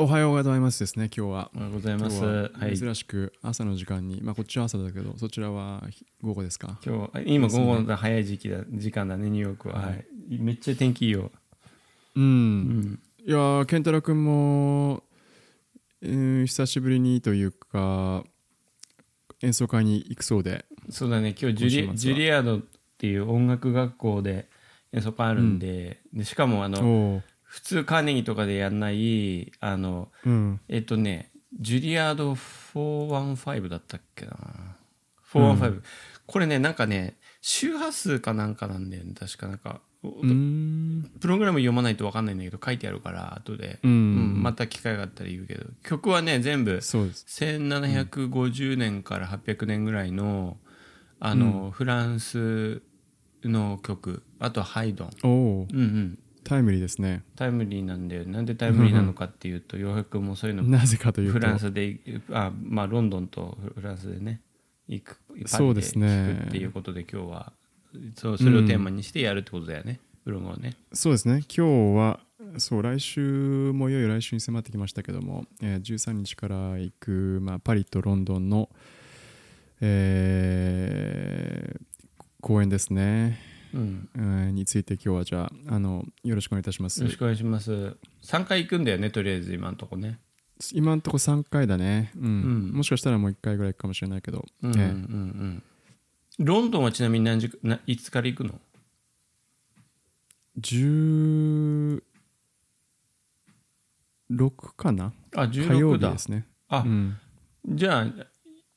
おはようございますですね、今日はお。はようございます。今は。日はい今珍しく朝の時間に、まあこっちは朝だけど、そちらは午後ですか日はあ今午後の早い時期だ時間だねニューヨークは、はい。めっちゃ天気いいよ。う。うんん。いやー、健太郎君も、うん久しぶりにというか、演奏会に行くそうで、そうだね。今日ジュ今週末はリジュリアードっていう音楽学校で演奏会あるんで、でしかもあのおう普通カーネギーとかでやんないあのうん、えっとねジュリアード415だったっけな。415、これねなんかね周波数かなんかなんだよね確かなんか。うーん、プログラム読まないと分かんないんだけど書いてあるから後で、うんうんまた機会があったら言うけど曲はね全部そうです。 1750年から800年ぐらいのあの、フランスの曲あとハイドン、おおう、うんうん、タイムリーですね。タイムリーなんだよなんでタイムリーなのかっていうと洋平君もそういうのなぜかというと、フランスであ、まあ、ロンドンとフランスでね行くパリそうですね聞くっていうことで今日はそうそれをテーマにしてやるってことだよね、ブログをね。そうですね今日はそう来週もいよいよ来週に迫ってきましたけども、えー13日から行く、まあ、パリとロンドンの、えー公演ですね、うんえーについて今日はじゃああのよろしくお願いいたしますよろしくお願いします。3回行くんだよね、とりあえず今のとこね。今んとこ3回だね、うんうんもしかしたらもう1回ぐらい行くかもしれないけど、うんうんうええん。ロンドンはちなみに何時ないつから行くの16かなあ、火曜日16だで。すねあう、んじゃあ、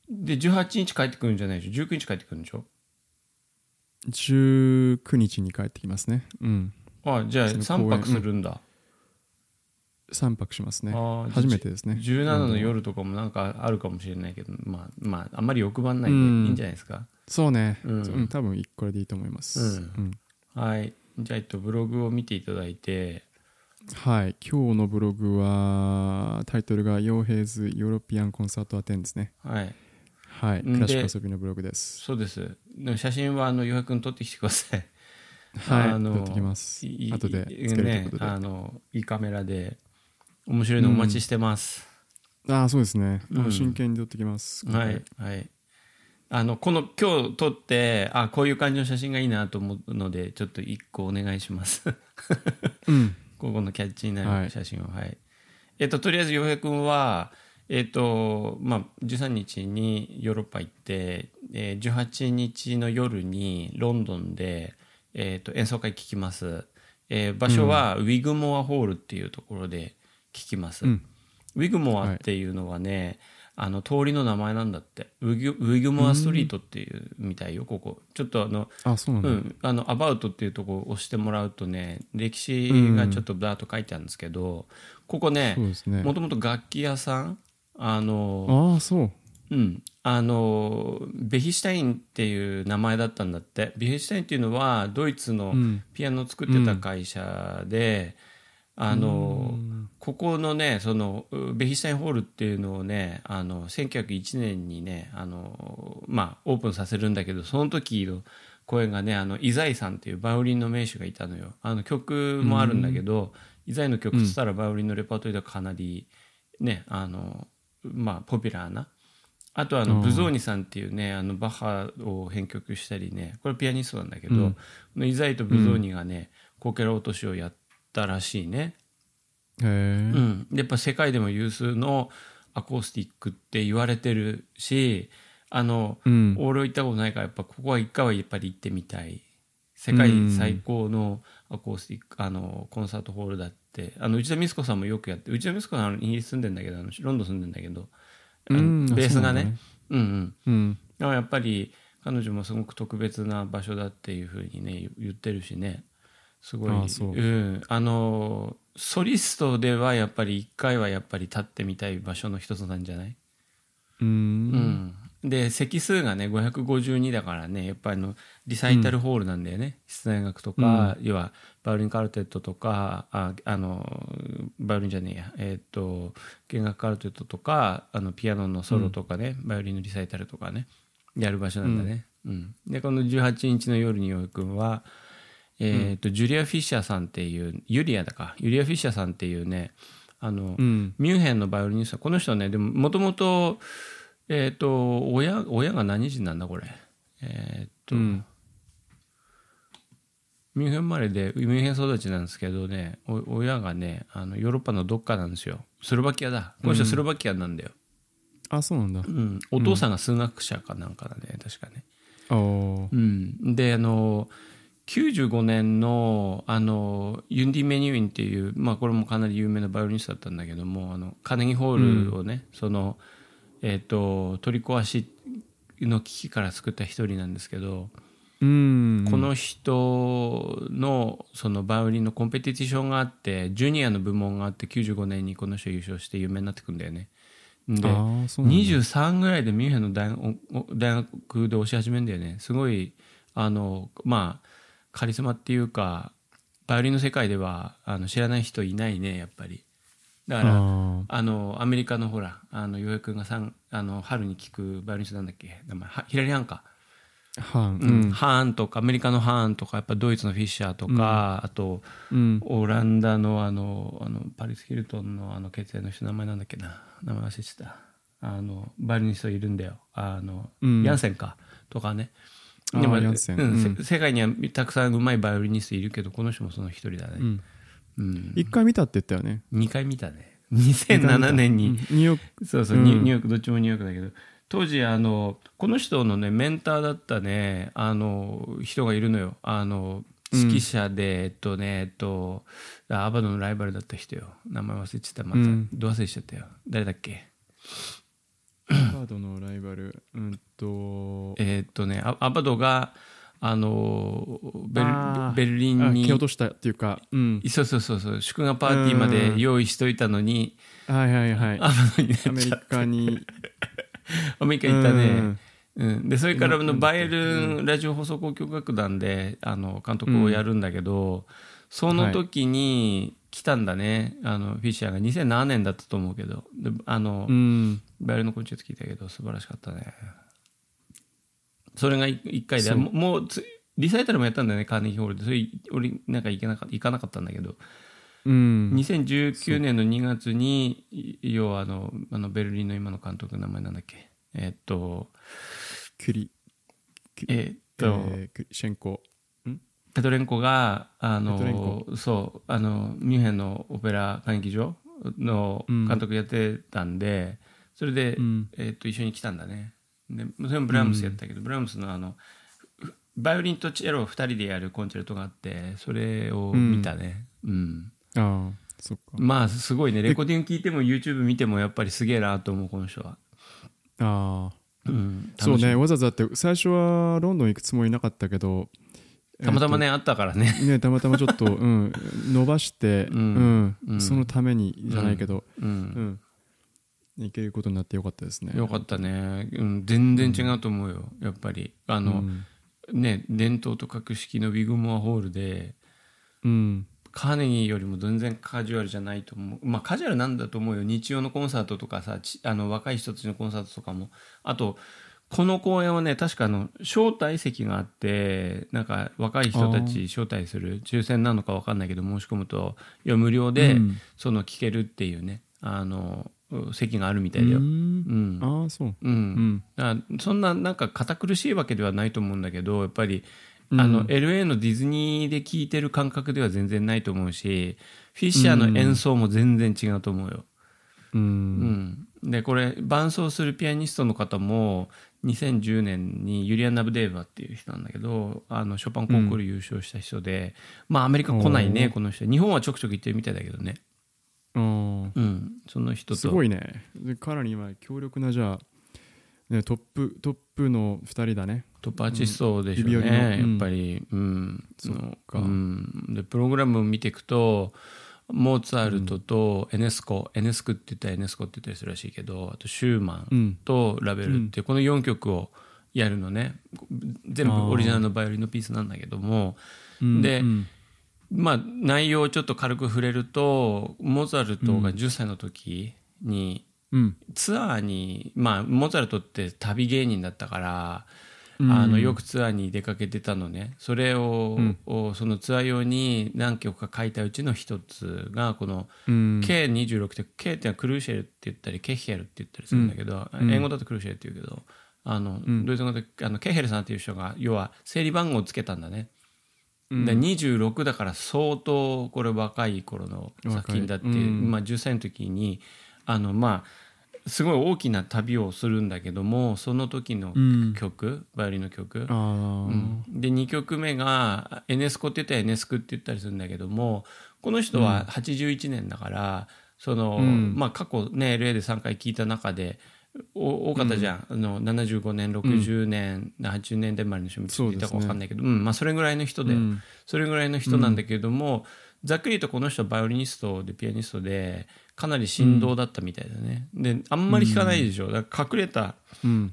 で、18日帰ってくるんじゃないでしょ ?19 日帰ってくるんでしょ19日に帰ってきますねうんあ、じゃあその3公演泊するんだ。 3泊しますねあー初めてですね17の夜とかもなんかあるかもしれないけど、まあ、まあ、あんまり欲張んないでいうんいんじゃないですか。そうね、ううんん多分これでいいと思います、うんうんはい。じゃあ、えっと、ブログを見ていただいて、はい今日のブログはタイトルが「ヨーヘイズヨーロピアンコンサートアテン」ですねはい。はいでクラシック遊びのブログですそうです。でも写真は、あの、洋平君撮ってきてください。はいあの撮ってきますいい後でつけるということで、ね、あのいいカメラで面白いのお待ちしてます、ああそうですね、うん真剣に撮ってきますはいはいあのこの今日撮ってあこういう感じの写真がいいなと思うのでちょっと一個お願いしますうんここのキャッチになはるい写真をはい、えっととりあえず洋平君はえっとまあ13日にヨーロッパ行って、えー18日の夜にロンドンで、えっと演奏会聞きます、えー場所はウィグモアホールっていうところで聞きます、うんウィグモアっていうのはね、あの通りの名前なんだってウィグウィグモアストリートっていうみたいよここちょっとあのあそうなんだ、うん、あの「アバウト」っていうとこを押してもらうとね歴史がちょっとだーっと書いてあるんですけど、ここねそうですねもともと楽器屋さんあのああそううんあのベヒシュタインっていう名前だったんだってベヒシュタインっていうのはドイツうのんピアノを作ってた会社で、あのここのねそのうベヒシュタインホールっていうのをねあの1901年にねあの、まあ、オープンさせるんだけどその時の声がねあのイザイさんっていうバイオリンの名手がいたのよあの曲もあるんだけど、イザイの曲っつったらバイオリンのレパートリーではかなりねあのまあポピュラーな。あとあうのんブゾーニさんっていうねあのバッハを編曲したりねこれピアニストなんだけど、うんこのイザイとブゾーニがね、こけら落としをやったらしいね、へえ、うん、でやっぱ世界でも有数のアコースティックって言われてるしあの、うん俺は行ったことないからやっぱここは一回はやっぱり行ってみたい世界最高のアコースティック、あのコンサートホールだってあの内田光子さんもよくやって内田光子さんはイギリス住んでんだけどあのロンドン住んでんだけど、あのうんベースがそうなんだねねうんうんうんだからやっぱり彼女もすごく特別な場所だっていうふうにね言言ってるしねすごい、ああそうんあのソリストではやっぱり一回はやっぱり立ってみたい場所の一つなんじゃない、ううんん、で席数がね552だからねやっぱりあのリサイタルホールなんだよね、室内楽とか、要はバイオリンカルテットとかああのバイオリンじゃねえやえーっ、と弦楽カルテットとかあのピアノのソロとかね、バイオリンのリサイタルとかねやる場所なんだね、うんでこの18日の夜によいくんはえーっ、と、ジュリア・フィッシャーさんっていうユリアだかユリア・フィッシャーさんっていうねあの、うんミュンヘンのバイオリニストこの人はねでももともとえっ、と親親が何人なんだこれえっ、と、うんミュンヘン生まれでミュンヘン育ちなんですけどねお親がねあのヨーロッパのどっかなんですよスロバキアだこの人スロバキアなんだよ、あそうなんだうんお父さんが数学者かなんかだね確かねあーうん、であの95年のあのユンディ・メニュインっていう、まあ、これもかなり有名なバイオリニストだったんだけどもあのカーネギーホールをね、そのえー、と取り壊しの危機から救った一人なんですけど、うんこの人のそのバイオリンのコンペティションがあってジュニアの部門があって95年にこの人優勝して有名になってくんだよね。であーそうなんだ23ぐらいでミュンヘンの大学大学で教え始めるんだよねすごいあのまあカリスマっていうかバイオリンの世界ではあの知らない人いないねやっぱりだからああのアメリカのほらあの洋平君がさんあの春に聞くバイオリニストなんだっけ名前はヒラリハンか、ーはんううんんハーンとかアメリカのハーンとかやっぱドイツのフィッシャーとか、あとうんオランダのあのあのパリス・ヒルトンのあの血縁の人名前なんだっけな名前忘れてたあのバイオリニストいるんだよあの、うんヤンセンかとかねあーでもヤンセンうんうんせ世界にはたくさんうまいバイオリニストいるけどこの人もその一人だうね、んうん一回見たって言ったよね2回見たね2007年に、うんニューヨークそうそう、うんニュニューヨークどっちもニューヨークだけど当時あのこの人のねメンターだったねあの人がいるのよあの指揮者で、えっとねえっとアバドのライバルだった人よ名前忘れてたまた、うんど忘れしちゃったよ誰だっけカードのライバルうんとえっとねアアバドがあのベルあーベルリあンに蹴落としたっていうかうんそうそうそうそう祝賀パーティーまで用意しといた のに、はいはいはいアバドになっちゃアっメ たリカにアメリカ行ったね。うん、でそれからあのバイエルンラジオ放送交響楽団であの監督をやるんだけど、その時に来たんだね、あのフィッシャーが2007年だったと思うけどであの、うんバイエルンのコンチェルト聞いたけど素晴らしかったねそれが1回でそうもうもうつリサイタルもやったんだよねカーネギーホールでそれ俺なんか行けなか行かなかったんだけどうん2019年の2月にい要はあのあのベルリンの今の監督の名前なんだっけえっとクリえっと、えークリシェンコペトレンコがあペトレンのそうあのミュンヘンのオペラ歌劇場のうん監督やってたんで、それで、うんえっと一緒に来たんだねでそれもブラームスやったけど、ブラームスのあのふバイオリンとチェロを2人でやるコンチェルトがあってそれを見たね、うんああそっかまあすごいねレコーディング聞いても YouTube 見てもやっぱりすげえなと思うこの人は、ああうん、そうね楽しわざわざだって最初はロンドン行くつもりなかったけどみたまたまね、あったからね、えーとねたまたまちょ っと、うん、伸ばして、ううんんうんそのためにじゃないけど、ううんん行けることになってよかったですねよかったね、うん、全然違うと思うよやっぱりあたの、うんね伝統と格式のビッグモアホールでうんカーネギーよりも全然カジュアルじゃないと思うまあカジュアルなんだと思うよ日曜のコンサートとかさちあの若い人たちのコンサートとかもあとこの公演はね確かあの招待席があってなんか若い人たち招待する抽選なのか分かんないけど申し込むといや無料で、うんその聞けるっていうねあの席があるみたいだよ。ううんんうんああそううんだからそんななんか堅苦しいわけではないと思うんだけどやっぱりあうんの、LA のディズニーで聴いてる感覚では全然ないと思うしフィッシャーの演奏も全然違うと思うよ。ううんんでこれ伴奏するピアニストの方も2010年にユリアン・ナブデーバっていう人なんだけどあのショパンコンクール優勝した人で、まあアメリカ来ないねこの人日本はちょくちょく行ってるみたいだけどね、あうん、その人あとすごいねでかなり今強力なじゃあ、ね、トップトップの2人だねトップアーティストでしょううん指折ね、りのうんやっぱり、うん、そっかうん、でプログラムを見ていくとモーツァルトとエネスコ、エネスクって言ったらエネスコって言ったりするらしいけどあとシューマうンんとラベルって、この4曲をやるのね全部オリジナルのバイオリンのピースなんだけどもうんでうんまあ、内容をちょっと軽く触れるとモーツァルトが10歳の時に、うんツアーに、まあ、モーツァルトって旅芸人だったから、うんあのよくツアーに出かけてたのねそれを、うんをそのツアー用に何曲か書いたうちの一つがこのうん、 K26 って K ってのはクルーシェルって言ったりケヒェルって言ったりするんだけど、ん英語だとクルーシェルって言うけどあの、んドイツ語であのケヘルさんっていう人が要は整理番号をつけたんだね、うんで26だから相当これ若い頃の作品だって、若いうんまあ、10歳の時にあのまあすごい大きな旅をするんだけどもその時のうん曲、バイオリンの曲あーうんで2曲目が「エネスコ」って言ったら「エネスク」って言ったりするんだけどもこの人は81年だから、そのうんまあ、過去ね LA で3回聞いた中でお多かったじゃん、あの75年60年、80年代までの人も聞いたか分かんないけどそ,、うんまあ、それぐらいの人で、うんそれぐらいの人なんだけども、ざっくりとこの人はバイオリニストでピアニストでかなり振動だったみたいだね、であんまり聞かないでしょだから隠れたうん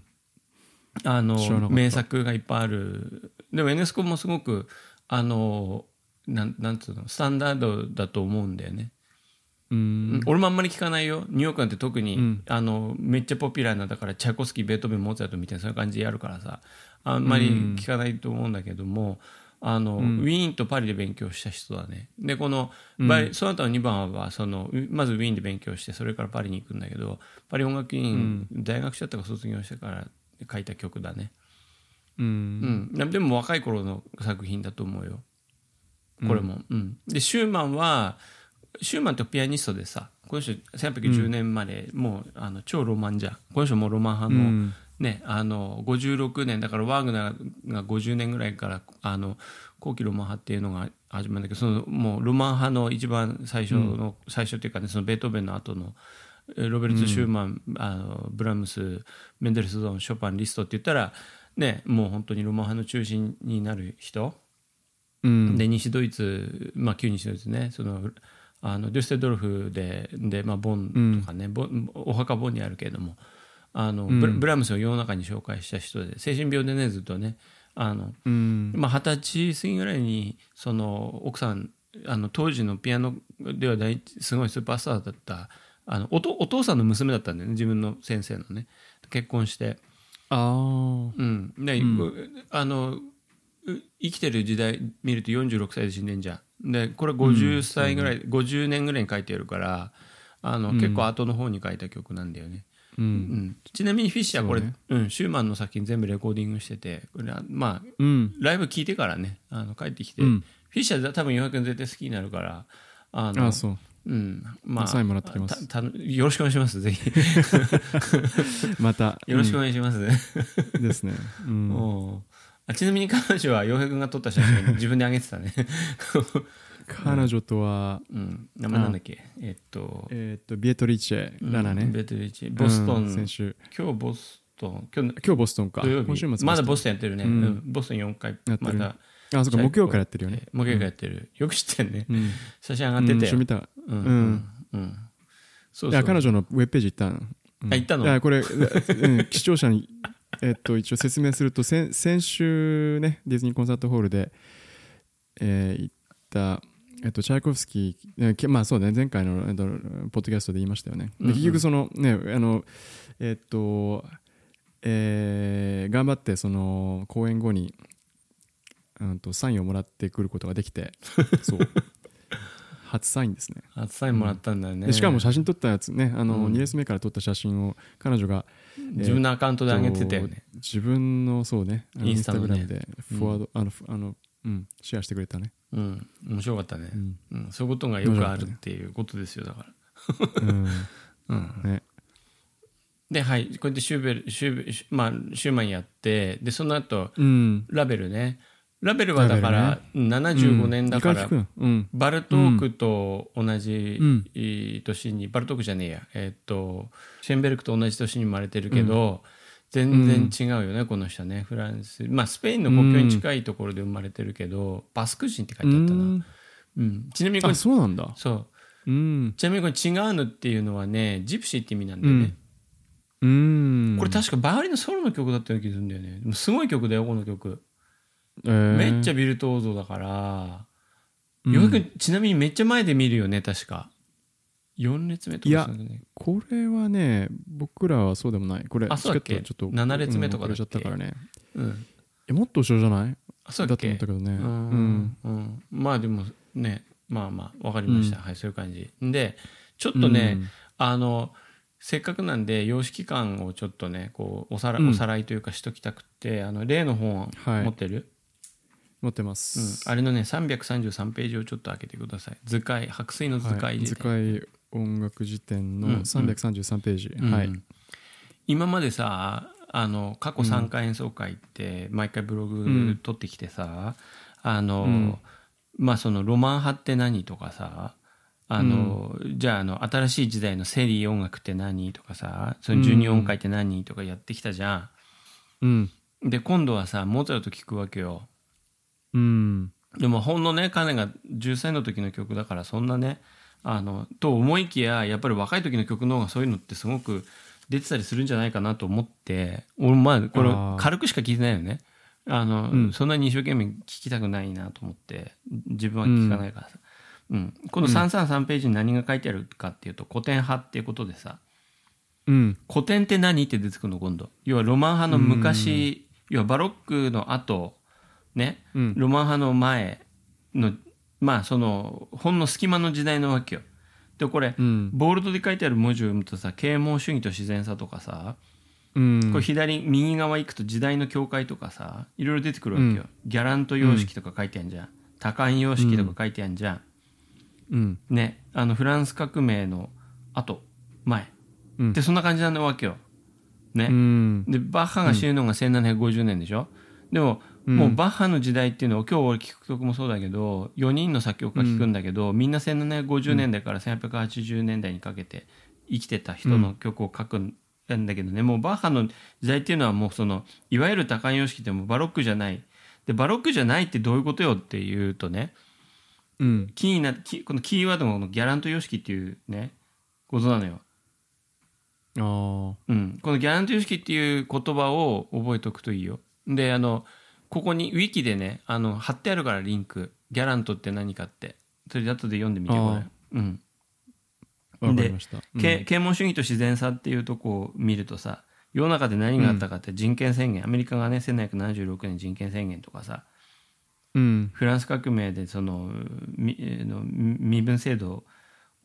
知らあなかっのた名作がいっぱいあるでも NS コもすごくあのなんなんつうのスタンダードだと思うんだよね、うん俺もあんまり聞かないよニューヨークなんて特に、うんあのめっちゃポピュラーなだからチャイコフスキーベートーベンモーツァルトみたいなそういう感じでやるからさあんまり聞かないと思うんだけども、あのウィーンとパリで勉強した人だねでこの、バイその他の2番はそのうまずウィーンで勉強してそれからパリに行くんだけどパリ音楽院、大学生とか卒業してから書いた曲だね、うんうん、でも若い頃の作品だと思うよこれも、うんでシューマンはシューマンってピアニストでさこの人1810年まで、もうあの超ロマンじゃんこの人もロマン派の,、うんね、あの56年だからワーグナーが50年ぐらいからあの後期ロマン派っていうのが始まるんだけどそのもうロマン派の一番最初の、最初っていうかねそのベートーベンの後のえーロベルツ・シューマン、あのブラームスメンデルスゾーンショパンリストって言ったら、ね、もう本当にロマン派の中心になる人、うんで西ドイツ、まあ、旧西ドイツねそのあのデュステドルフでで、まあ、ボンとかね、ボンお墓ボンにあるけれどもあの、ブラブラームスを世の中に紹介した人で精神病でねずっとねあの、うんまあ、二十歳過ぎぐらいにその奥さんあの当時のピアノでは第一すごいスーパースターだったあのおとお父さんの娘だったんだよね自分の先生のね結婚して。あうん、ね、あのう生きてる時代見ると46歳で死んでんじゃんでこれ50歳ぐらい、50年ぐらいに書いてるからあの、結構後の方に書いた曲なんだよね、ーううんん、ちなみにフィッシャーこれう、そうねん、シューマンの作品全部レコーディングしててこれはまあうんライブ聴いてからねあの帰ってきて、うんフィッシャー多分洋平君絶対好きになるからあのあそううんまあサインもらってきますたたよろしくお願いしますぜひまたよろしくお願いします、うんですね うんおあちなみに彼女は洋平君が撮った 写真自分であげてたね、 彼女とはうん、名前なんだっけえっと、えーっとビエトリーチェラナうんねベトリーチボストン、うん今先週日ボストン今日今日ボストンか土曜今週日末まだボボストンやってるね、うんボストン4回やってまるたスあそうか木曜からやってるよねもう回やってる、よく知ってんね、うん写真上がうってんて一緒見たうんうんうんうんそいうそうや彼女のウェブページ行ったのうんあ行ったのいやこれうん 視聴者にえーっと一応説明すると先先週ねディズニーコンサートホールでえー行ったえっと、チャイコフスキーえーけ、まあそうだね、前回の、えっと、ポッドキャストで言いましたよね。で結局、その、ね、あの、えっと、えー頑張って、その、公演後に、うんと、サインをもらってくることができ て、そう。初サインですね。初サインもらったんだよね、でしかも写真撮ったやつね、あのうん2列目から撮った写真を彼女が自分のアカウントで上げてたよね、自分のそうね、あのイインンススタタのグねラムでフォワード、あの、ふあの、うん、シェアしてくれたね。うん面白かったね、うんうんそういうことがよくあるっていうことですよだからうん、うん ね。ではいこれでシューベルシューベシュまあ、シューマンやってでその後うん。ラベルねラベルはだから、75年だかうんら、二回聞くのうんバルトークと同じ、うんえー年にバルトークじゃねえやえーっとシェンベルクと同じ年に生まれてるけど、全然違うよねこの人ねフランスまあスペインの国境に近いところで生まれてるけど、バスク人って書いてあったな、うんちなみにこれあそうなんだそううんちなみにこれ「違うの」っていうのはねジプシーって意味なんだよね、うんうんこれ確かバイオリンのソロの曲だったような気がするんだよねでもすごい曲だよこの曲えーめっちゃビルトーゾだから、うんようやくちなみにめっちゃ前で見るよね確か4列目といかやそうだねこれはね僕らはそうでもないこれあそうだっけチケットはちょっと7列目とかだっうん忘けれちゃったからねうんえもっと後ろじゃないあそうだだっと思けったけどねううんんうんまあでもねまあまあわかりました、うはいそういう感じでちょっとね、うんあのせっかくなんで様式感をちょっとねこうおさらうんおさらいというかしときたくって、あの例の本はい持ってる、持ってまうんす、あれのね333ページをちょっと開けてください図解白水の図は解いで、図解音楽辞典うんの333ページ、うんはい、今までさあの過去3回演奏会って毎回ブログ撮ってきてさ、あの、うんまあそのロマン派って何とかさあの、じゃああの新しい時代のセリー音楽って何とかさそのジュニ音階って何とかやってきたじゃうんん。で今度はさモーツァルト聞くわけよ。うんでもほんのね彼が10歳の時の曲だからそんなねあのと思いきややっぱり若い時の曲の方がそういうのってすごく出てたりするんじゃないかなと思って俺まあこれあー軽くしか聞いてないよねあの、うんそんなに一生懸命聞きたくないなと思って自分は聞かないからさ、うんこの333ページに何が書いてあるかっていうと古典派っていうことでさうん古典って何って出てくるの今度要はロマン派の昔要はバロックの後ねうんロマン派の前のまあそのほんの隙間の時代のわけよ。でこれ、うんボールドで書いてある文字を読むとさ啓蒙主義と自然さとかさうんこれ左右側行くと時代の境界とかさいろいろ出てくるわけよ。ギャラント様式とか書いてあるじゃん。多感様式とか書いてあるじゃん。うんねあのフランス革命の後前。うんでそんな感じなわけよ。ね。うんでバッハが死ぬのが1750年でしょ、でも、うんもうバッハの時代っていうのは今日俺聴く曲もそうだけど4人の作曲家聴くんだけど、みんな1750年代から1880年代にかけて生きてた人の曲を書くんだけどね、もうバッハの時代っていうのはもうそのいわゆる多感様式でもバロックじゃないでバロックじゃないってどういうことよっていうとねうんキーなキこのキーワードのこのギャラント様式っていうねことなのよ。あーうん、このギャラント様式っていう言葉を覚えておくといいよ。であのここにウィキでねあの貼ってあるからリンクギャラントって何かってそれで後で読んでみてあーこれ、うんわかりましたうんけ啓蒙主義と自然さっていうとこを見るとさ世の中で何があったかって人権宣言、アメリカがね1776年人権宣言とかさうんフランス革命でそのみえーの身分制度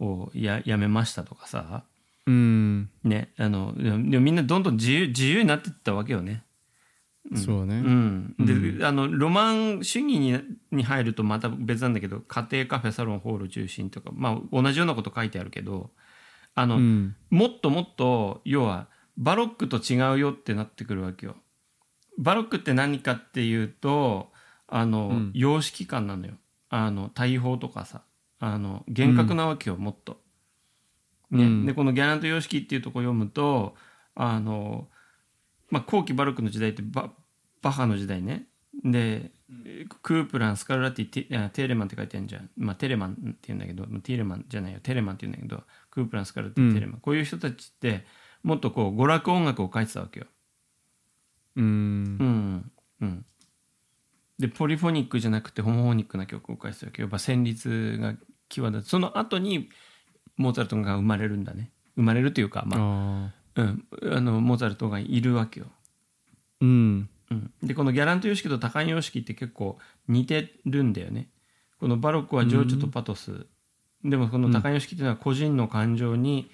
をややめましたとかさ、うんね、あのでもでもみんなどんどん自由自由になってったわけよね。そうだねうん、で、あのロマン主義にに入るとまた別なんだけど家庭カフェサロンホール中心とか、まあ、同じようなこと書いてあるけどあの、うんもっともっと要はバロックと違うよってなってくるわけよ。バロックって何かっていうとあの、うん様式感なのよあの大砲とかさあの厳格なわけよ、もっと。ねうんでこのギャラント様式っていうとこ読むとあの、まあ、後期バロックの時代ってババッハの時代ねでクープランスカルラッティテあテーレマンって書いてあるじゃん、まあ、テレマンって言うんだけどティーレマンじゃないよテレマンって言うんだけどクープランスカルラッティテーレマン、こういう人たちってもっとこう娯楽音楽を書いてたわけよ。うんうんうん、でポリフォニックじゃなくてホモフォニックな曲を書いてたわけよやっぱ旋律が際立つその後にモーツァルトが生まれるんだね生まれるというか、まああうん、あのモーツァルトがいるわけよ。ーうんうん、でこのギャラント様式と多感様式って結構似てるんだよね。このバロックは情緒とパトス、でもこの多感様式っていうのは個人の感情に、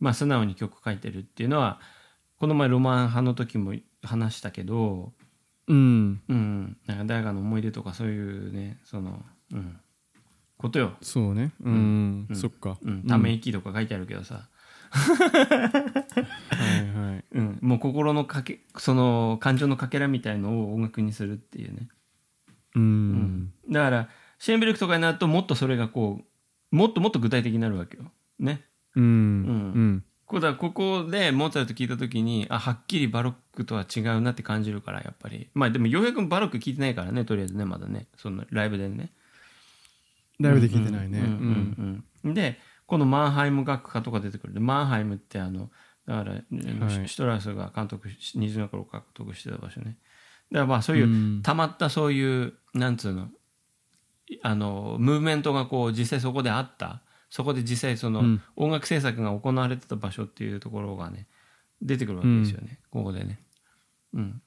まあ、素直に曲書いてるっていうのはこの前ロマン派の時も話したけど、うんうん、なんか誰かの思い出とかそういうねその、うん、ことよ、そうねうんそっかうん、ため息とか書いてあるけどさ、はいはいうん、もう心のかけその感情のかけらみたいのを音楽にするっていうね、ううんだからシェーンベルクとかになるともっとそれがこうもっともっと具体的になるわけよねうんうんこうだからここでモーツァルト聞いた時にあはっきりバロックとは違うなって感じるからやっぱりまあでもようやくバロック聞いてないからねとりあえずねまだねそのライブでねライブで聞いてないねうんうんうんでこのマンハイム学科とか出てくるでマンハイムってあのだから、はいシュトラウスが監督し虹の頃を獲得してた場所ねだからまあそうういう、んたまったそういうなんつうのいあのムーブメントがこう実際そこであったそこで実際その、うん音楽制作が行われてた場所っていうところがね出てくるわけですよね、ここでね、うん、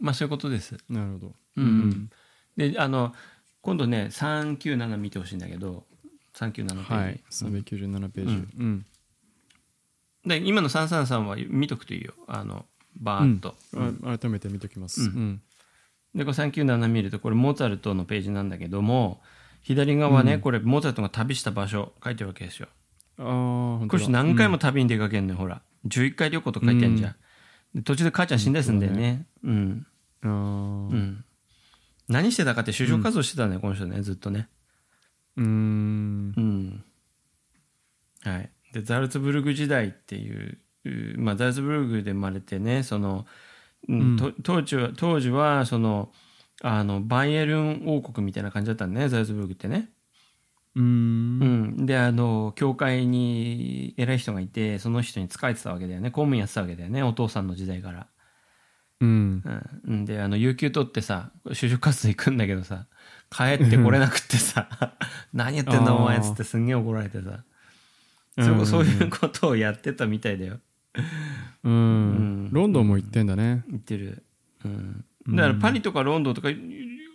まあそういうことです。なるほど。うんであの今度ね397見てほしいんだけど397ページ、はい、397ページ。ううんん。で今の333は見とくといいよあのバーっと、あ改めて見ときます。ううん。でこれ397見るとこれモーツァルトのページなんだけども左側ね、これモーツァルトが旅した場所書いてるわけですよああ、本当これだ。何回も旅に出かけんのよ、ほら11回旅行とか書いてあるじゃん、で途中で母ちゃん死んだりするんだよねうんあーうん、何してたかって就職活動してたんだよ、この人ねずっとねうーん。うんはい、でザルツブルグ時代っていう、うまあ、ザルツブルグで生まれてねその、うんと当時は当時はそのあのバイエルン王国みたいな感じだったんだねザルツブルグってね。うーん。うん、であの教会に偉い人がいてその人に仕えてたわけだよね公務員やってたわけだよねお父さんの時代から。うん。うん、であの有給取ってさ就職活動行くんだけどさ帰ってこれなくってさ「何やってんだあーお前」っつってすんげえ怒られてさうんそうそう いうことをやってたみたいだようん。ロンドンも行ってんだね。言ってる、うん、だからパリとかロンドンとか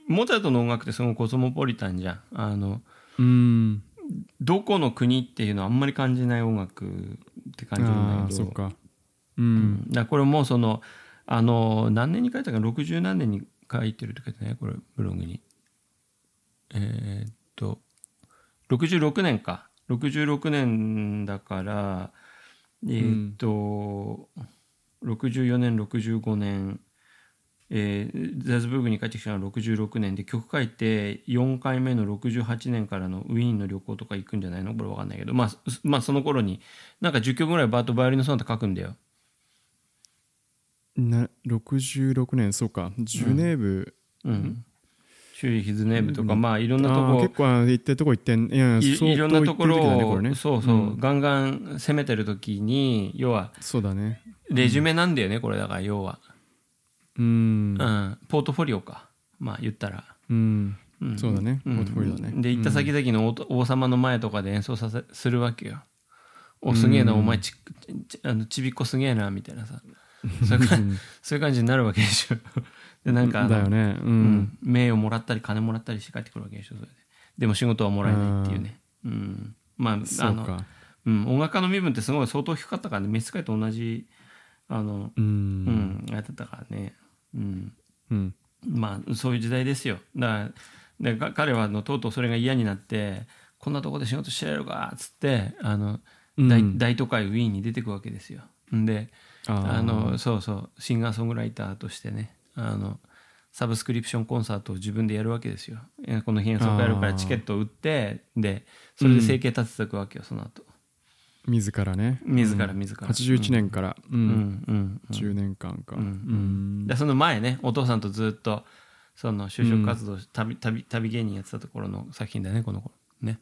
モーツァルトの音楽ってすごいコスモポリタンじゃんあのうん。どこの国っていうのはあんまり感じない音楽って感じなんあだあ、けそどっか。う。うんんだからこれもそのあの何年に書いたか60何年に書いてるって書いてねこれブログにえーっと66年か66年だからえーっと、64年65年えーザルツブルグに帰ってきたのは66年で曲書いて4回目の68年からのウィーンの旅行とか行くんじゃないのこれ分かんないけど、まあ、そまあその頃になんか10曲ぐらいバートバイオリンのソナタ書くんだよ。な66年、そうか。ジュネーブ。うん、シュリヒズネーブとか、まあいろんなあーと結こ構あー行ってるとこ行ってんいやい相いろん当行なとってこるろ時だねをこれねそうそう、んガンガン攻めてる時に要はそうだねレジュメなんだよね、これだから要は、うんう、ん、ポートフォリオかまあ言ったら、うんうんそうだねポうんートフォリオだねで行った先々の王王様の前とかで演奏させするわけよおすげえな、お前ちちあのちびっこすげえなみたいなさそういう感じそういう感じになるわけでしょでなんかあのだよねううんん、名誉もらったり金もらったりして帰ってくるわけでしょそれででも仕事はもらえないっていうねうんまあそあうの、かうん、音楽家の身分ってすごい相当低かったからね召使いと同じあのううんんやってたからねうんうんまあそういう時代ですよだからでか彼はあのとうとうそれが嫌になってこんなとこで仕事してやるかっつってあの大,、うん大都会ウィーンに出てくわけですよんであのそうそうシンガーソングライターとしてねあのサブスクリプションコンサートを自分でやるわけですよえこの日演奏会やるからあーチケットを売ってでそれで生計立てていくわけよ、その後自らね自ら自ら、 81年からううんんうんうん10年間かうんうんでその前ねお父さんとずっとその就職活動、旅旅旅芸人やってたところの作品だねこの子ね、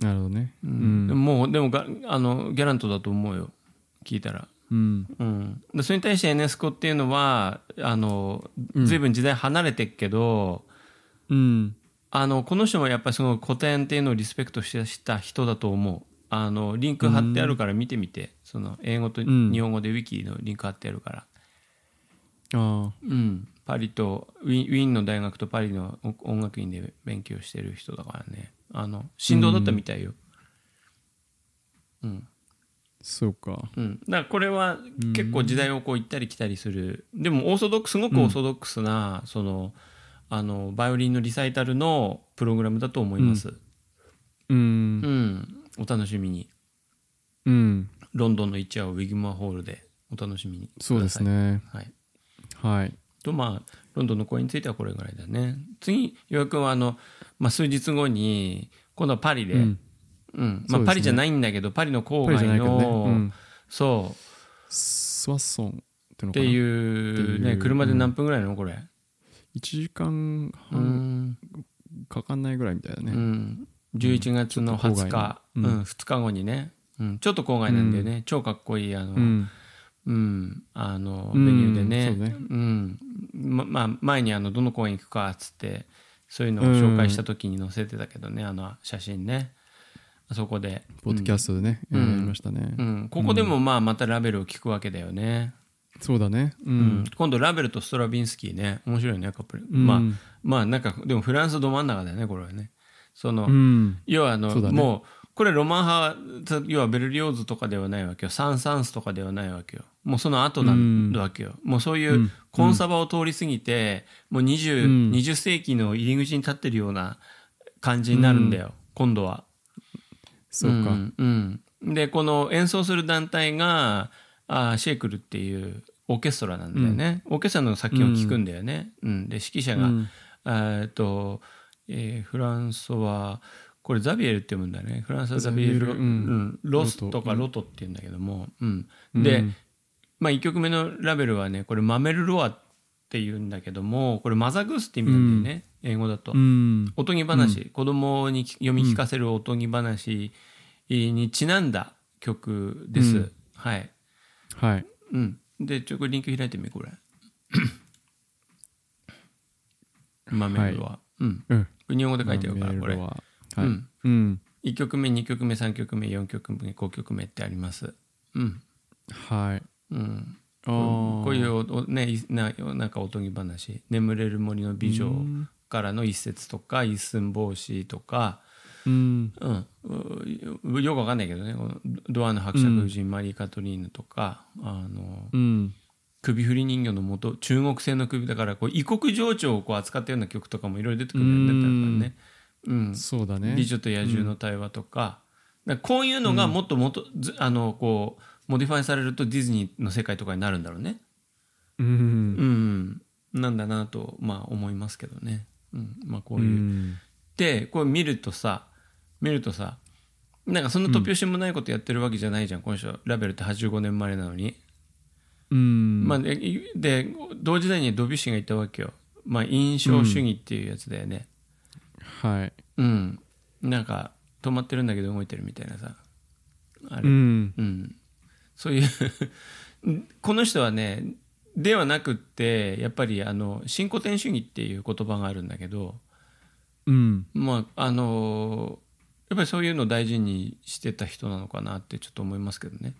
なるほどねうでんももうでもがあのギャラントだと思うよ聞いたらうんうん、でそれに対してエネスコっていうのはあの随分時代離れてっけど、うんあのこの人もやっぱりその古典っていうのをリスペクトしてした人だと思うあのリンク貼ってあるから見てみて、その英語とん日本語でウィキのリンク貼ってあるから、あうん、パリとウィウィーンの大学とパリの音楽院で勉強してる人だからねあの振動だったみたいよ、うんそうかうん、だからこれは結構時代をこう行ったり来たりする、でもオーソドックスすごくオーソドックスな、そのあのバイオリンのリサイタルのプログラムだと思います、ううんんお楽しみにうんロンドンの一夜をウィグマホールでお楽しみにくださいそうです、ねはい、はいとまあロンドンの公演についてはこれぐらいだね次岩井君はあの、まあ、数日後に今度はパリで、ううんんそうでますあ、ねパリじゃないんだけどパリの郊パリじゃな外いけどねうのんそうスワッソンってのっかてな1いうっていねう車で何分ぐらいなのこれ時間う半ん、かかんないぐらいみたいだうねん、11月の20日、ううんん2日後にね、うん、ちょっと郊外なんだよね、超かっこいいあの、ううんんあのうメんニューでね,、うそんうねままあ、前にあのどの公園行くかっつってそういうのを紹介した時に載せてたけどね、あの写真ねあそこで、ポッドキャストでね、うんやりましたねう。ん、ここでもまあまたラベルを聞くわけだよね、そうだね。ううんん。今度ラベルとストラビンスキーね面白いねカップル、うんまあまあなんかでもフランスど真ん中だよねこれはねその、うん。要はあの、そうだねもうこれロマン派要はベルリオーズとかではないわけよサン・サンスとかではないわけよもうその後なうんんだわけよ、もうそういううんコンサバを通り過ぎて、もう 20,、うん20世紀の入り口に立ってるような感じになるんだよ、今度はそうか。んうんでこの演奏する団体があーシェークルっていうオーケストラなんだよね、オーケストラの作品を聴くんだよね、うんで指揮者が、うんえーっと、えーフランソワこれザビエルって読むんだねフランスはザビエルザビエルうんうんロスとかロロトって言うんだけども、うんうんで、まあ、1曲目のラベルはねこれマメルロアって言うんだけどもこれマザグースって意味なんだよね、英語だと。うん。おとぎ話、子供にき読み聞かせるおとぎ話にちなんだ曲です。うんはい。はい。うん。で、ちょっとリンク開いてみ、これ。豆は、うん。うん。これ日本語で書いてあるから、これ。はうい。ん。うん。 1曲目、2曲目、3曲目、4曲目、5曲目ってあります。うん。はい。うん。あこーういうおおねいななんかおとぎ話「眠れる森の美女」からの一節とか「一寸法師」とか、うん。うん、うよくわかんないけどねこの「ドアの伯爵夫人マリー・カトリーヌ」とか、あのうん。首振り人形の元中国製の首だからこう異国情緒をこう扱ったような曲とかもいろいろ出てくるようになったからね。そうだうん、ね美。女と野獣の対話とか,、こういうのがもっともっとずあのこうモディファイされるとディズニーの世界とかになるんだろうね。う。うんん、なんだなと、まあ、思いますけどね。うんまあ、こうういう、ん。でこれ見るとさ見るとさなんかそんな突拍子もないことやってるわけじゃないじゃん、この人ラベルって85年生まれなのに。うん。まあ、でで同時代にドビュッシーがいたわけよ、まあ、印象主義っていうやつだよねはい。うん、なんか止まってるんだけど動いてるみたいなさあれ、ううんん。そう いうこの人はねではなくってやっぱりあの新古典主義っていう言葉があるんだけどうん。まああのやっぱりそういうのを大事にしてた人なのかなってちょっと思いますけどね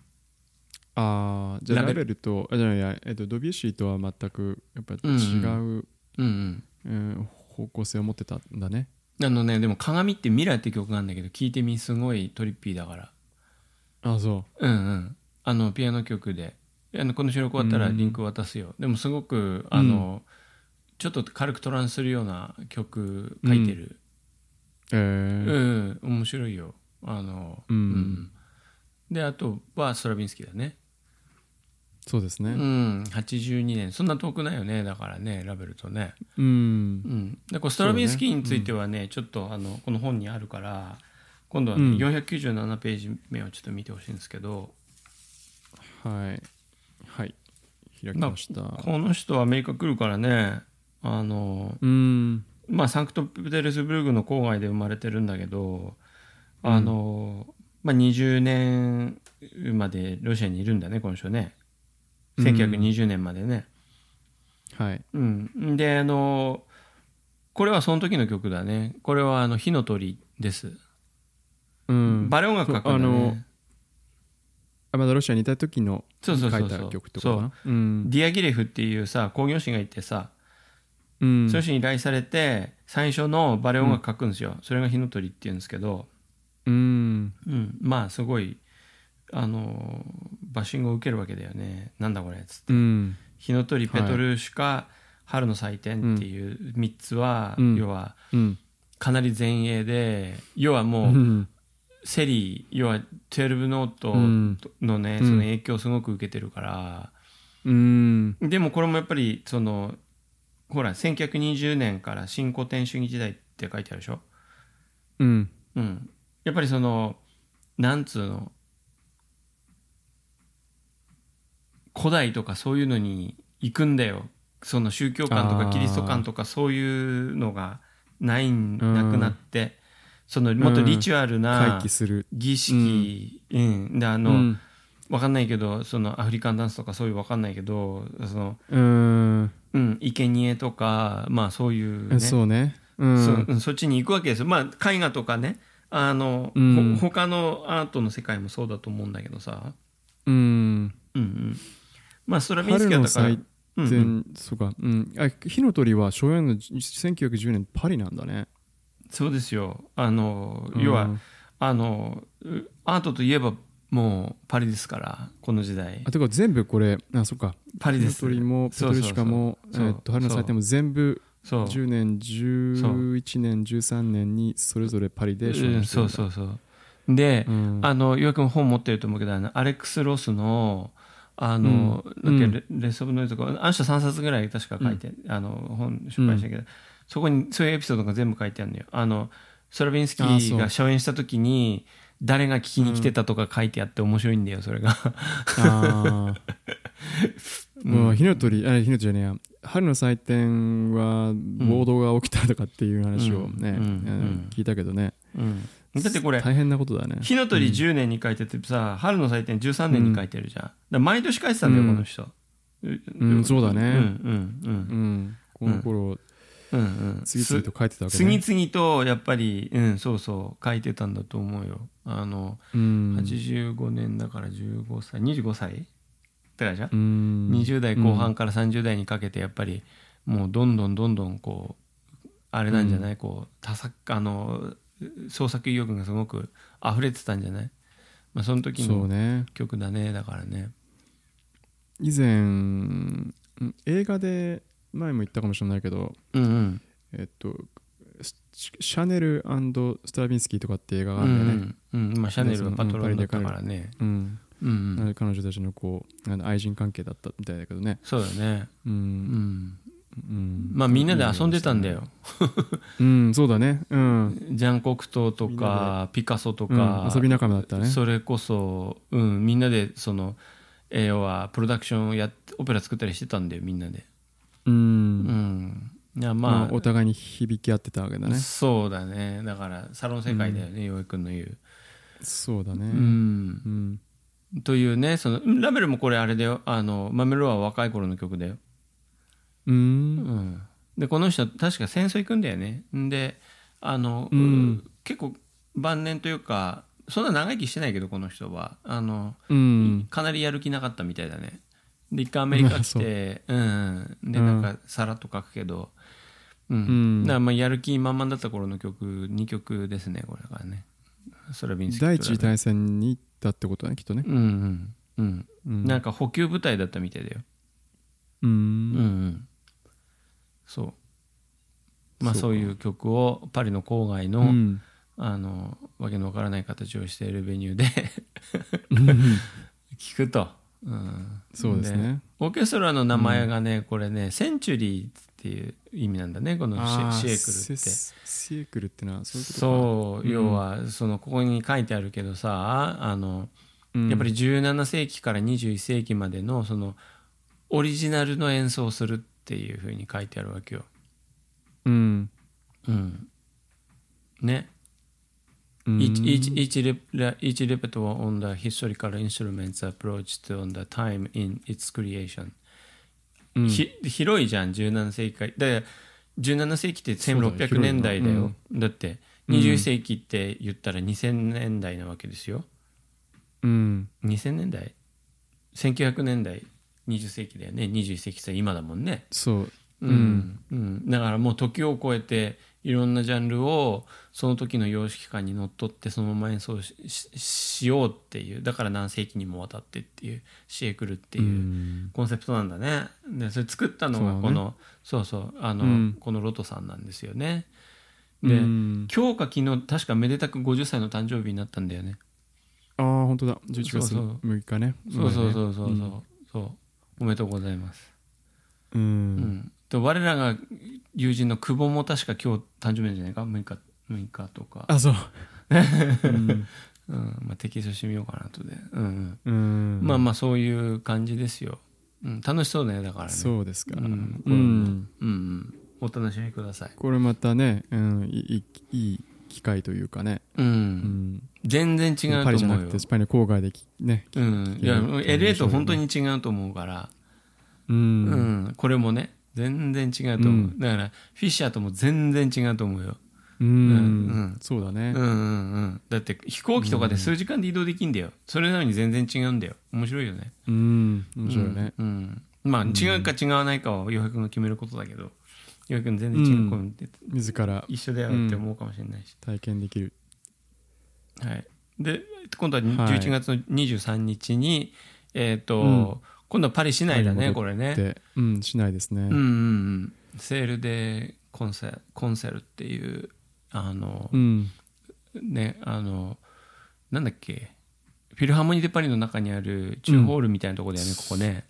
ああ、じゃあララベルベルと、あじゃあいや、えっと、ドビュッシーとは全く、やっぱ違う、うんうんうん方向性を持ってたんだね。あのねでも「鏡って未来」って曲があるんだけど聴いてみすごいトリッピーだからあそうんうんあのピアノ曲であのこの収録終わったらリンク渡すよ、でもすごくあの、ちょっと軽くトランスするような曲書いてるう。えうん、ー面白いよあのうんであとはストラビンスキーだねそうですうね。ん82年そんな遠くないよねだからねラベルとねうんう。んでこうストラビンスキーについてはねちょっとあのこの本にあるから今度は、ねうん497ページ目をちょっと見てほしいんですけど、はい。はい。開きました。この人はアメリカ来るからねあの、うん。まあ、サンクトペテルスブルクの郊外で生まれてるんだけどあの、まあ、20年までロシアにいるんだねこの人ねうん1920年までね、はい。うん、であのこれはその時の曲だねこれはあの「火の鳥」です、うん。バレエ音楽書くんだそうあのねあまだロシアにいた時のそ書うそうそうそういた曲ってことかな。う「ん。ディアギレフ」っていうさ工業師がいてさうんその人に依頼されて最初のバレエ音楽書くんですよ、それが「火の鳥」っていうんですけど、うん。うん、まあすごいあのバッシングを受けるわけだよねなんだこれっつってうん。 「火の鳥」「はペいトルーシュカ」春の祭典」っていう3つは、うん要はうん。かなり前衛で要はう。もうんセリー要は12ノうーんトのね、うんその影響をすごく受けてるから、うん。でもこれもやっぱりそのほら1920年から新古典主義時代って書いてあるでしょうん。うん、やっぱりそのなんつうの古代とかそういうのに行くんだよその宗教観とあかーキリスト観とかそういうのがないんうんなくなってそのもっとリチュア回ルな帰する。儀式、うんであうの、ん。わかんないけどそのアフリカンダンスとかそういうわかんないけどその、うん。うん、生贄とかまあそういう、ね、そうね。うそん。うんそっちに行くわけですよ、まあ、絵画とかねあの、うんほ他のアートの世界もそうだと思うんだけどさ、うん。うんうん、まあ、ストラビンス春キーのだから。祭うん典、うんそうか、うん、あ火の鳥は初演の1910年パリなんだねそうですよ。あの、要は、うんあの、うアートといえば、もうパリですから、この時代あ。てか全部これあそっかパリ火でのす。鳥もペそトうルそうそうシカもそうえっと春の祭典も全部そう。 10年11年13年にそれぞれパリで初うん演してるそんうだそうそう。で、うんあの、岩井君本持ってると思うけど、あのアレックス・ロスの、あの、うんなんだっけ、レレス・オブ・ノイズとか、あの人3冊ぐらい確か書いて、あの、本出版したけど、そこにそういうエピソードが全部書いてあるのよ。あの、ストラビンスキあそーうが初演した時に、誰が聞きに来てたとか書いてあって面白いんだよ、それが。あー もう火の鳥あ火の鳥じゃねえや春の祭典は暴動が起きたとかっていう話をね、うんうんあのうん聞いたけどねうん だってこれ、大変なことだね火の鳥10年に書いててさ、春の祭典13年に書いてるじゃん。だから毎年書いてたんだよ、うんこの人。うんそうだねうんうんうんうんこの頃うんうん、次々と書いてたわけすね次々とやっぱり、うん、そうそう書いてたんだと思うよあの、うん85年だから15歳25歳だからじゃん、うん20代後半から30代にかけてやっぱりもうどんどんどんどんこうあれなんじゃない、こう多作あの創作意欲がすごく溢れてたんじゃない、まあ、その時そうのね曲だねだからね以前うん映画で前も言ったかもしれないけどうんうんえっとシシャネルストラビンスキーとかって映画があうるんだよね、んうんうんまあ、シャネルはパトロンだったからねうんうん、うん彼女たちのこうあの愛人関係だったみたいだけどね、そうだねううんんうんまあみんなで遊んでたんだよ。うんそうだねうん、ジャン・コクトーとみんなかピカソとうんか、遊び仲間だったねそれこそ、うん、みんなでそのえー要はプロダクションをやっオペラ作ったりしてたんだよみんなで。うん、うん、いやままあお互いに響き合ってたわけだあ、ねそうだねだからサロン世界だよね洋井君の言う。そうだねううん、ん、というねそのうんラベルもこれあれだよあのマメロは若い頃の曲だよ。ううんん、でこの人確か戦争行くんだよねであの、うん結構晩年というかそんな長生きしてないけどこの人はあの、うんかなりやる気なかったみたいだねで一回アメリ カ来て、うん、でなんかさらっと書くけど、うんうんだからまあやる気満々だった頃の曲2曲ですねこれがねストラビンスキー第一次大戦に行ったってことだねきっとねうんうんうん、うんなんか補給部隊だったみたいだよううんんうん、そうまあそそううかいう曲をパリの郊外の,、うんあのわけのわからない形をしているベニューで 聴くと、うん、 そうですねオーケストラの名前がね、これねセンチュリーっていう意味なんだねこのあーシシエクルセって。シエクルってのはそういうことかそううん要はそのここに書いてあるけどさあのうんやっぱり17世紀から21世紀までのそのオリジナルの演奏をするっていうふうに書いてあるわけよ。うんうん、ね、うん each, each, each, rep, each repertoire on the historical instruments approached on the time in its creation、うんひ広いじゃん17世紀からだから17世紀ってそうだよ広いな1600年代だよだってうん20世紀って言ったら2000年代なわけですようん2000年代1900年代20世紀だよね21世紀って今だもんねそううんうん、だからもう時を超えていろんなジャンルをその時の様式感にのっとってそのまま演奏しししようっていうだから何世紀にもわたってっていうシエクルってういうんコンセプトなんだね、でそれ作ったのそうがねこのそう,、そうあの、うんこのロトさんなんですよねで、うん今日か昨日確かめでたく50歳の誕生日になったんだよねああ本当だ11そ月うそう6日ねそうそうそうそうそう、んそうおめでとうございますううんん、と我らが友人の久保も確か今日誕生日なんじゃないか6日 ,6 日とか、あそううんうんまあ、テキストしてみようかなとで、うんうん うんまあまあそういう感じですよ、うん、楽しそうだねだからねそうですかううんんうんうん、お楽しみください、これまたねうんいいいい機会というかねうんうん全然違うパリじとゃ思なうよくてスパイの郊外できねうん、いや LA と本当に違うと思うから、ううんんこれもね全然違うと思う、うんだからフィッシャーとも全然違うと思うよ、うん、うんそうだね、うんうんうん、だって飛行機とかで数時間で移動できんだよ、それなのに全然違うんだよ面白いよねうん、面白いね、うんうん、まあ違うか違わないかは洋平君が決めることだけど洋平君全然違う、うんこう自ら一緒だよって思うかもしれないし、体験できるはい、で今度ははい11月の23日に、えっ、と、うん今度はパリ市内だパリねに戻ってこれねって、うん、しないですね、うんうんうんセールでコンセコンセルっていうあの、うんねあのなんだっけフィルハーモニー・デ・パリの中にある中ホールみたいなところだよね、ここね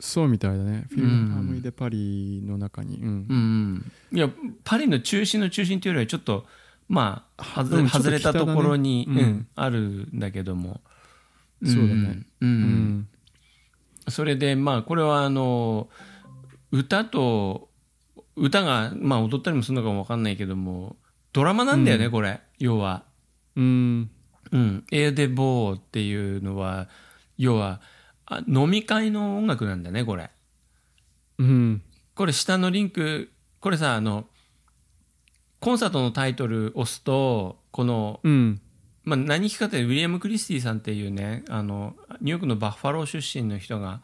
そうみたいだねフィルうんハーモニー・デ・パリの中に、うんうんうんいやパリの中心の中心というよりはちょっとまあはずうん外れたちょっとと北だねころに、うんうんあるんだけどもそうだねうんううんんそれでまあこれはあの歌と歌がまあ踊ったりもするのかも分かんないけどもドラマなんだよね、これ要は。うんうん、エーデボーっていうのは要はあ飲み会の音楽なんだねこれうんこれ下のリンクこれさあのコンサートのタイトル押すとこの、うんまあ、何聴かってウィリアム・クリスティさんっていうねあのニューヨークのバッファロー出身の人が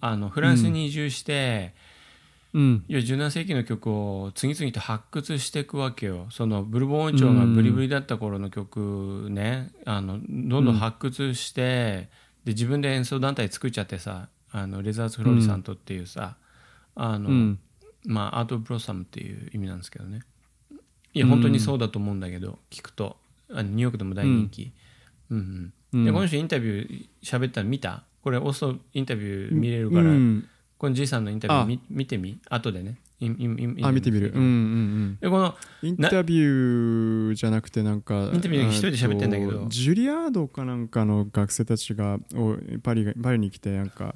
あのフランスに移住して、うんいや17世紀の曲を次々と発掘していくわけよそのブルボン王朝がブリブリだった頃の曲ね、あのどんどん発掘して、で自分で演奏団体作っちゃってさあのレザーズ・フロリサントっていうさ、あのうんまあ、アート・ブロッサムっていう意味なんですけどねいや本当にそうだと思うんだけど、聞くとあニューヨークでも大人気、うんうんでこの人インタビュー喋ったの見たこれオストインタビュー見れるから、うんこのじいさんのインタビュー見見てみ後でねいいいいあ見てみるうんうんうんでこのインタビューじゃなくてなんかインタビュー一人で喋ってんだけどえとジュリアードかなんかの学生たちがおパリがパリに来てなんか、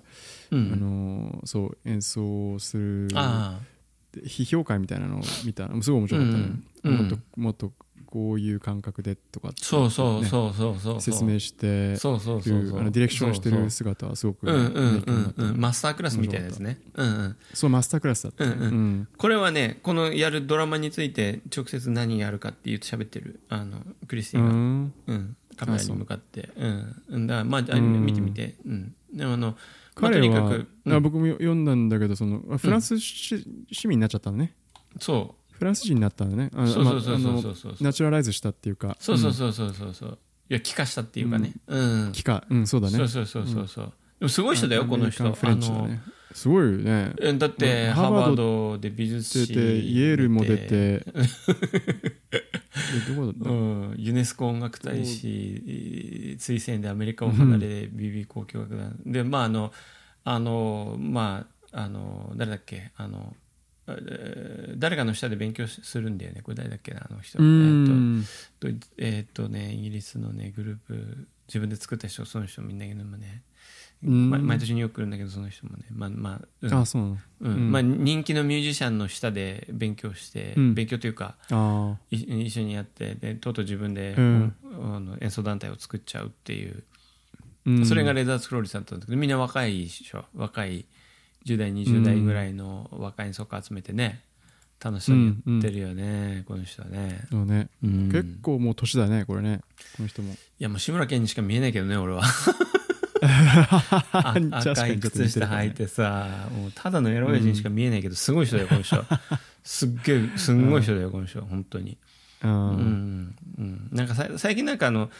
うあんのーそう演奏するああ批評会みたいなのを見たすごい面白かったね、うんもっともっとこういう感覚でとかってそうそうそうそうそう説明してそうそういそうそううあのディレクションしてる姿はすごく、そうそううんうん勉強になっうんたうんマスタークラスみたいなやつねうんうんそうマスタークラスだった、うんうんんこれはねこのやるドラマについて直接何やるかって言って喋ってるあのクリステうィがんうんカメラに向かってうんうんだからまああうん見てみてうんでもあのまあと彼には、かくうんあ僕も読んだんだけどそのあフランス市,、市民になっちゃったのねそフランス人になったんだねあうのそうそうそうまあそあうのそうそうナチュラライズしたっていうかそうそうそうそうそうそういや帰化したっていうかねうん機械うんそうだねそうそうそうそうそうでもすごい人だよあこの人アメリカンフレンチだねすごいよねあのえだってうんハーバードで美術出史てイエールも出て えどこだったうん、ユネスコ音楽大使推薦でアメリカを離れ BB 交響楽団でまああのあのまああの誰だっけあのえー誰かの下で勉強するんだよねこれ誰だっけなあの人うえーとんドイツえーっ、とねイギリスのねグループ自分で作った人その人みんなけどもね、うんま毎年ニューヨーク来るんだけどその人もねまあまあ、うんあそうなのうんうんまあ、人気のミュージシャンの下で勉強して、うん勉強というかあい一緒にやってでとうとう自分で、うんうんあの演奏団体を作っちゃうっていう、ーうんそれがレザースクローリさんだったんだけどみんな若いでしょ若い10代20代ぐらいの若い演奏家集めてね楽しそうにやってるよね、この人はね、そうねうん結構もう年だねこれねこの人もいやもう志村けんにしか見えないけどね 俺はあ確かに赤いちょっと似靴て下るからね履いてさもうただのエロ親父にしか見えないけどすごい人だよこ の人すっげえすんごい人だよこの人本当にううんんうんなんかさ最近なんかあの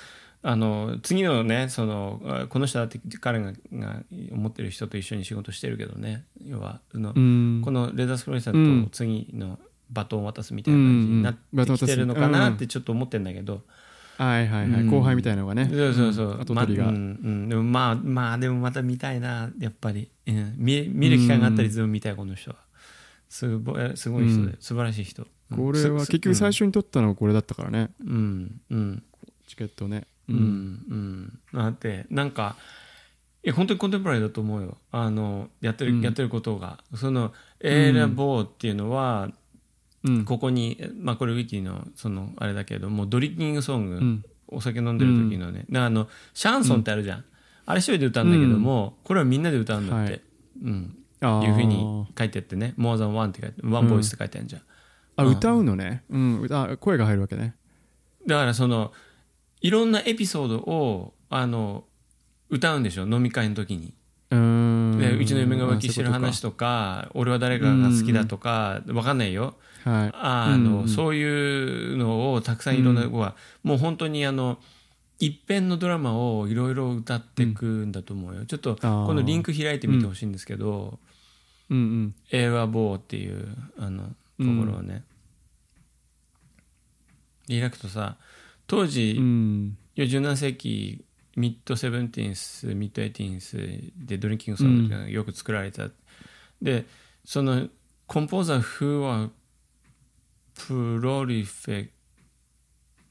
あの次のねそのあこの人だって彼がが思ってる人と一緒に仕事してるけどね要はあの、うんこのレザースクローリさうんとん次のバトンを渡すみたいな感じになってきてるのかなってちょっと思ってんだけど、はいはいはういん後輩みたいなのがねそうそ うそう、後取りまがうんうん、でもまあまあでもまた見たいなやっぱり、うん、見見る機会があったり全部見たいこの人はすごいすごい人うで、ん素晴らしい人うんこれはす結局最初に取ったのはこれだったからねうんうんチケットねうんうんだってなんかえ本当にコンテンポラリーだと思うよあのやってる、うんやってることがそのエーラボーっていうのは、うんここに、まあ、これウィキのそのあれだけどもうドリンキングソング、うんお酒飲んでる時のね、なあのシャンソンってあるじゃん、あれ一人で歌うんだけども、これはみんなで歌うんだって、はいうん、あーいうふうに書いてあってね「More than One」って書いて「One Voice」って書いてあるじゃん、あ、うん歌うのね。うん、あ声が入るわけね。だからそのいろんなエピソードをあの歌うんでしょ飲み会の時にうーん。でうちの嫁が浮気してる話ととか俺は誰かが好きだとか分かんないよか。はい。あうんのそういうのをたくさんいろんな子はもう本当にあの一遍のドラマをいろいろ歌っていくんだと思うよちょっとあーこのリンク開いてみてほしいんですけどうんうん。 「エアボー」っていうあのところをねリラクとさ当時うん。 17世紀ミッドセブンティーンスミッドエイティーンスでドリンキングソングがよく作られた、でそのコンポーザー who are prolific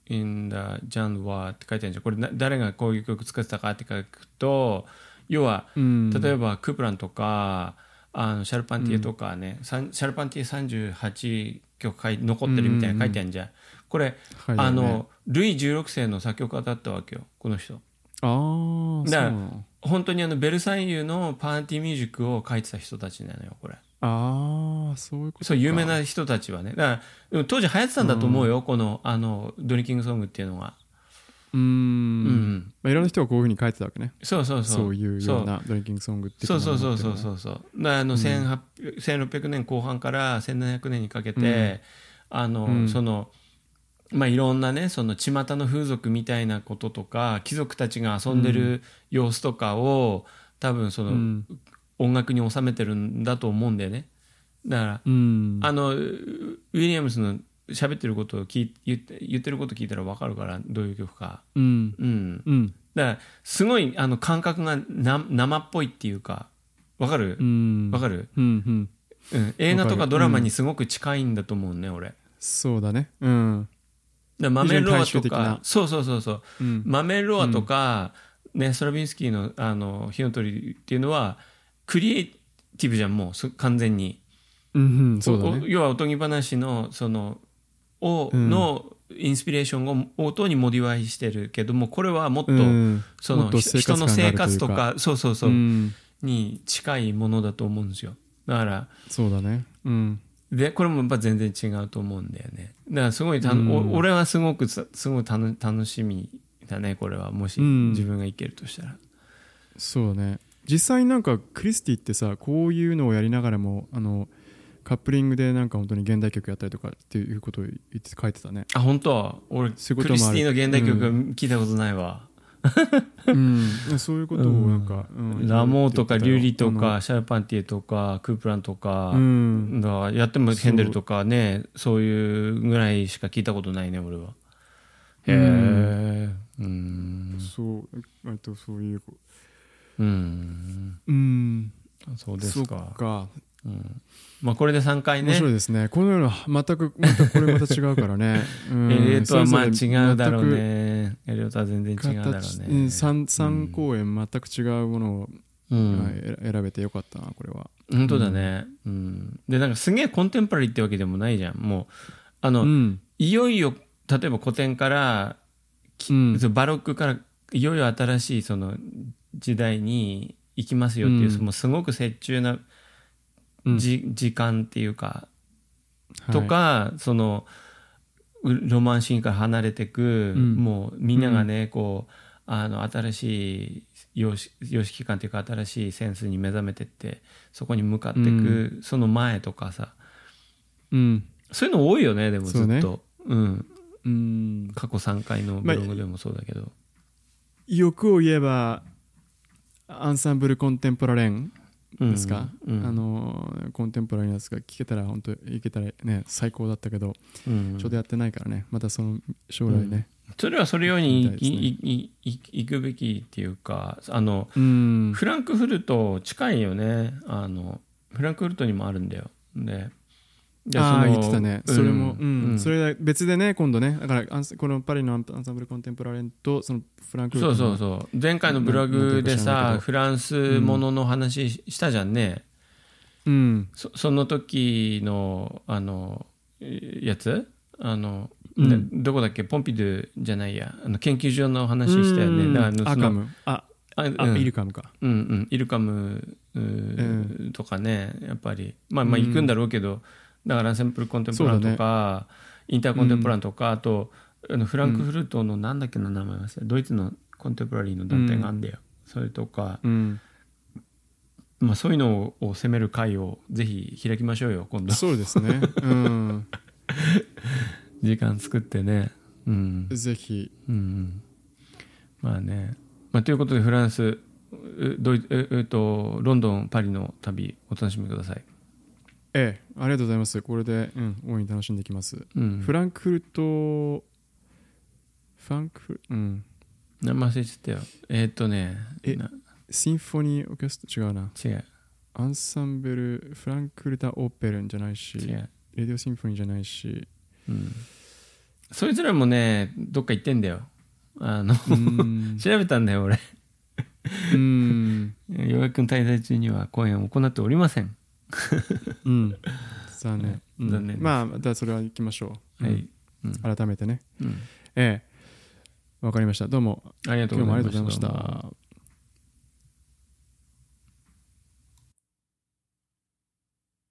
in the genre って書いてあるんじゃんこれな誰がこういう曲作ってたかって書くと要はうん。例えばクープランとかあのシャルパンティエとかね、さんシャルパンティエ38曲書い残ってるみたいな書いてあるんじゃん、これはいあの、ルイ16世の作曲家だったわけよ、この人。あーだからそうなの本当にあのベルサイユのパーティーミュージックを書いてた人たちなのよ、これ。あーそういうことかそう、有名な人たちはね。だから、でも当時流行ってたんだと思うよ、この、あの、ドリンキングソングっていうのが。うーうんん。まあ、いろんな人がこういうふうに書いてたわけねそうそうそう。そういうようなドリンキングソングっていそうそうそうそううそうそうだからあの、1800 1600年後半から1700年にかけて、あの、うんそのまあいろんなねその巷の風俗みたいなこととか貴族たちが遊んでる様子とかを、多分その、うん音楽に収めてるんだと思うんだよねだから、うんあのウィリアムスの喋ってることを聞い言って言ってること聞いたら分かるからどういう曲かうんうんうんだからすごいあの感覚がな生っぽいっていうかわかるうんわかる、うんうんうん、映画とわかかるドラマにすごく近いんだと思うね俺だかそうだねうんら豆ロア非常とに大衆的なかそうそうそうそううん豆ロアとか、ね、ストラビンスキーの「あの火の鳥」っていうのはクリエイティブじゃんもうす完全にうんうんそうだおね要はおとぎ話のそのを、うんのインスピレーションを音にモディファイしてるけどもこれはもっと、うんそのもっとひ生活人感のがあるという生か活とかそうそうそうう、んに近いものだと思うんですよだからそうだねうんでこれもやっぱ全然違うと思うんだよねだからすごいたの、うんお俺はすごくさすごい楽楽しみだねこれはもしうん自分がいけるとしたら、そうだね実際になんかクリスティってさこういうのをやりながらもあのカップリングでなんか本当に現代曲やったりとかっていうことを言って書いてたねあ本当俺そういうクこともあるリスティの現代曲う聞いたことないわ、うんそういうことをなんかうんラモーとかいろいリュろウ言っリてたとよかシャルパンティエとかクープランとかう、んだからやってもヘンデルとかねそういうぐらいしか聞いたことないね俺はへえうんそう、えっと、そういう。うんうん、そうですかそっか。うんまあこれで3回面ね白いですね。このような、全く、またこれまた違うから ね。うんエリエットはまあそれぞれ違うだろうね。エリエットは全然全く違うだろ形ううんね。三三公演全く違うものを、うはいん。えら選べてよかったなこれは。本当だね。うん。で、なんかすげえコンテンポラリーってわけでもないじゃん。もう、あうの、ん、いよいよ、例えば古典から、きうんそうバロックから、いよいよ新しいその時代に行きますよっていう、うんもうすごく折衷なうんじ時間っていうか、とか、そのうロマンシーンから離れてく、うんもうみんながね、こうあの新しい様式様式感というか新しいセンスに目覚めてってそこに向かってく、うその前とかさはい、うん、そういうの多いよねでもずそっうねとう、ん、うん、過去3回のブログでもそうだけど、欲を言えばアンサンブルコンテンポラレンうんですか、うんあのコンテンポラリーなやつが聞けたら本当いけたらね最高だったけど、うんちょうどやってないからねまたその将来ね。それはそれようにいみたいですねいいい行くべきっていうかあの、うんフランクフルト近いよねあのフランクフルトにもあるんだよででああその言ってたね、うんそれも、ううんんそれ別でね今度ねだからアンスこのパリのアンアンサンブルコンテンポラレンとそのフランクそうそううそう前回のブログでなんさなんてフランスものの話ししたじゃんね、うんそその時のあのえやつあの、うんでどこだっけポンピドゥじゃないやあの研究所の話したようねんだからあのアそのカムあ、ああうんイルカムかうんうん、イルカムうーうとかねやっぱりまあまあ行くんだろうけど、だからセンプルコンテンポランとか、インターコンテンポランとか、あとあのフランクフルトのなんだっけな名前忘れたドイツのコンテンポラリーの団体があんだよ、それとか、うん、まあ、そういうのを責める会をぜひ開きましょうよ今度そうですね、うん、 時間作ってねうんぜひうんうんまあね、まあ、ということでフランスうドイええっとロンドンパリの旅お楽しみください、ええありがとうございますこれで、うん、大いに楽しんできます、うん、フランクフルトフランクフルうん名前忘れちゃったよえっとねえなシンフォニーオーケストラ違うな違うアンサンブルフランクフルタオーペルンじゃないし違う、レディオシンフォニーじゃない しうん、そいつらもねどっか行ってんだよあのうーん 調べたんだよ俺うーんようやく滞在中には公演を行っておりませんうん残念、うん残念ですまあまたそれは行きましょう、はういん、改めてねうんええわかりましたどうもありがと今日うごもあざいりがまとうございましたした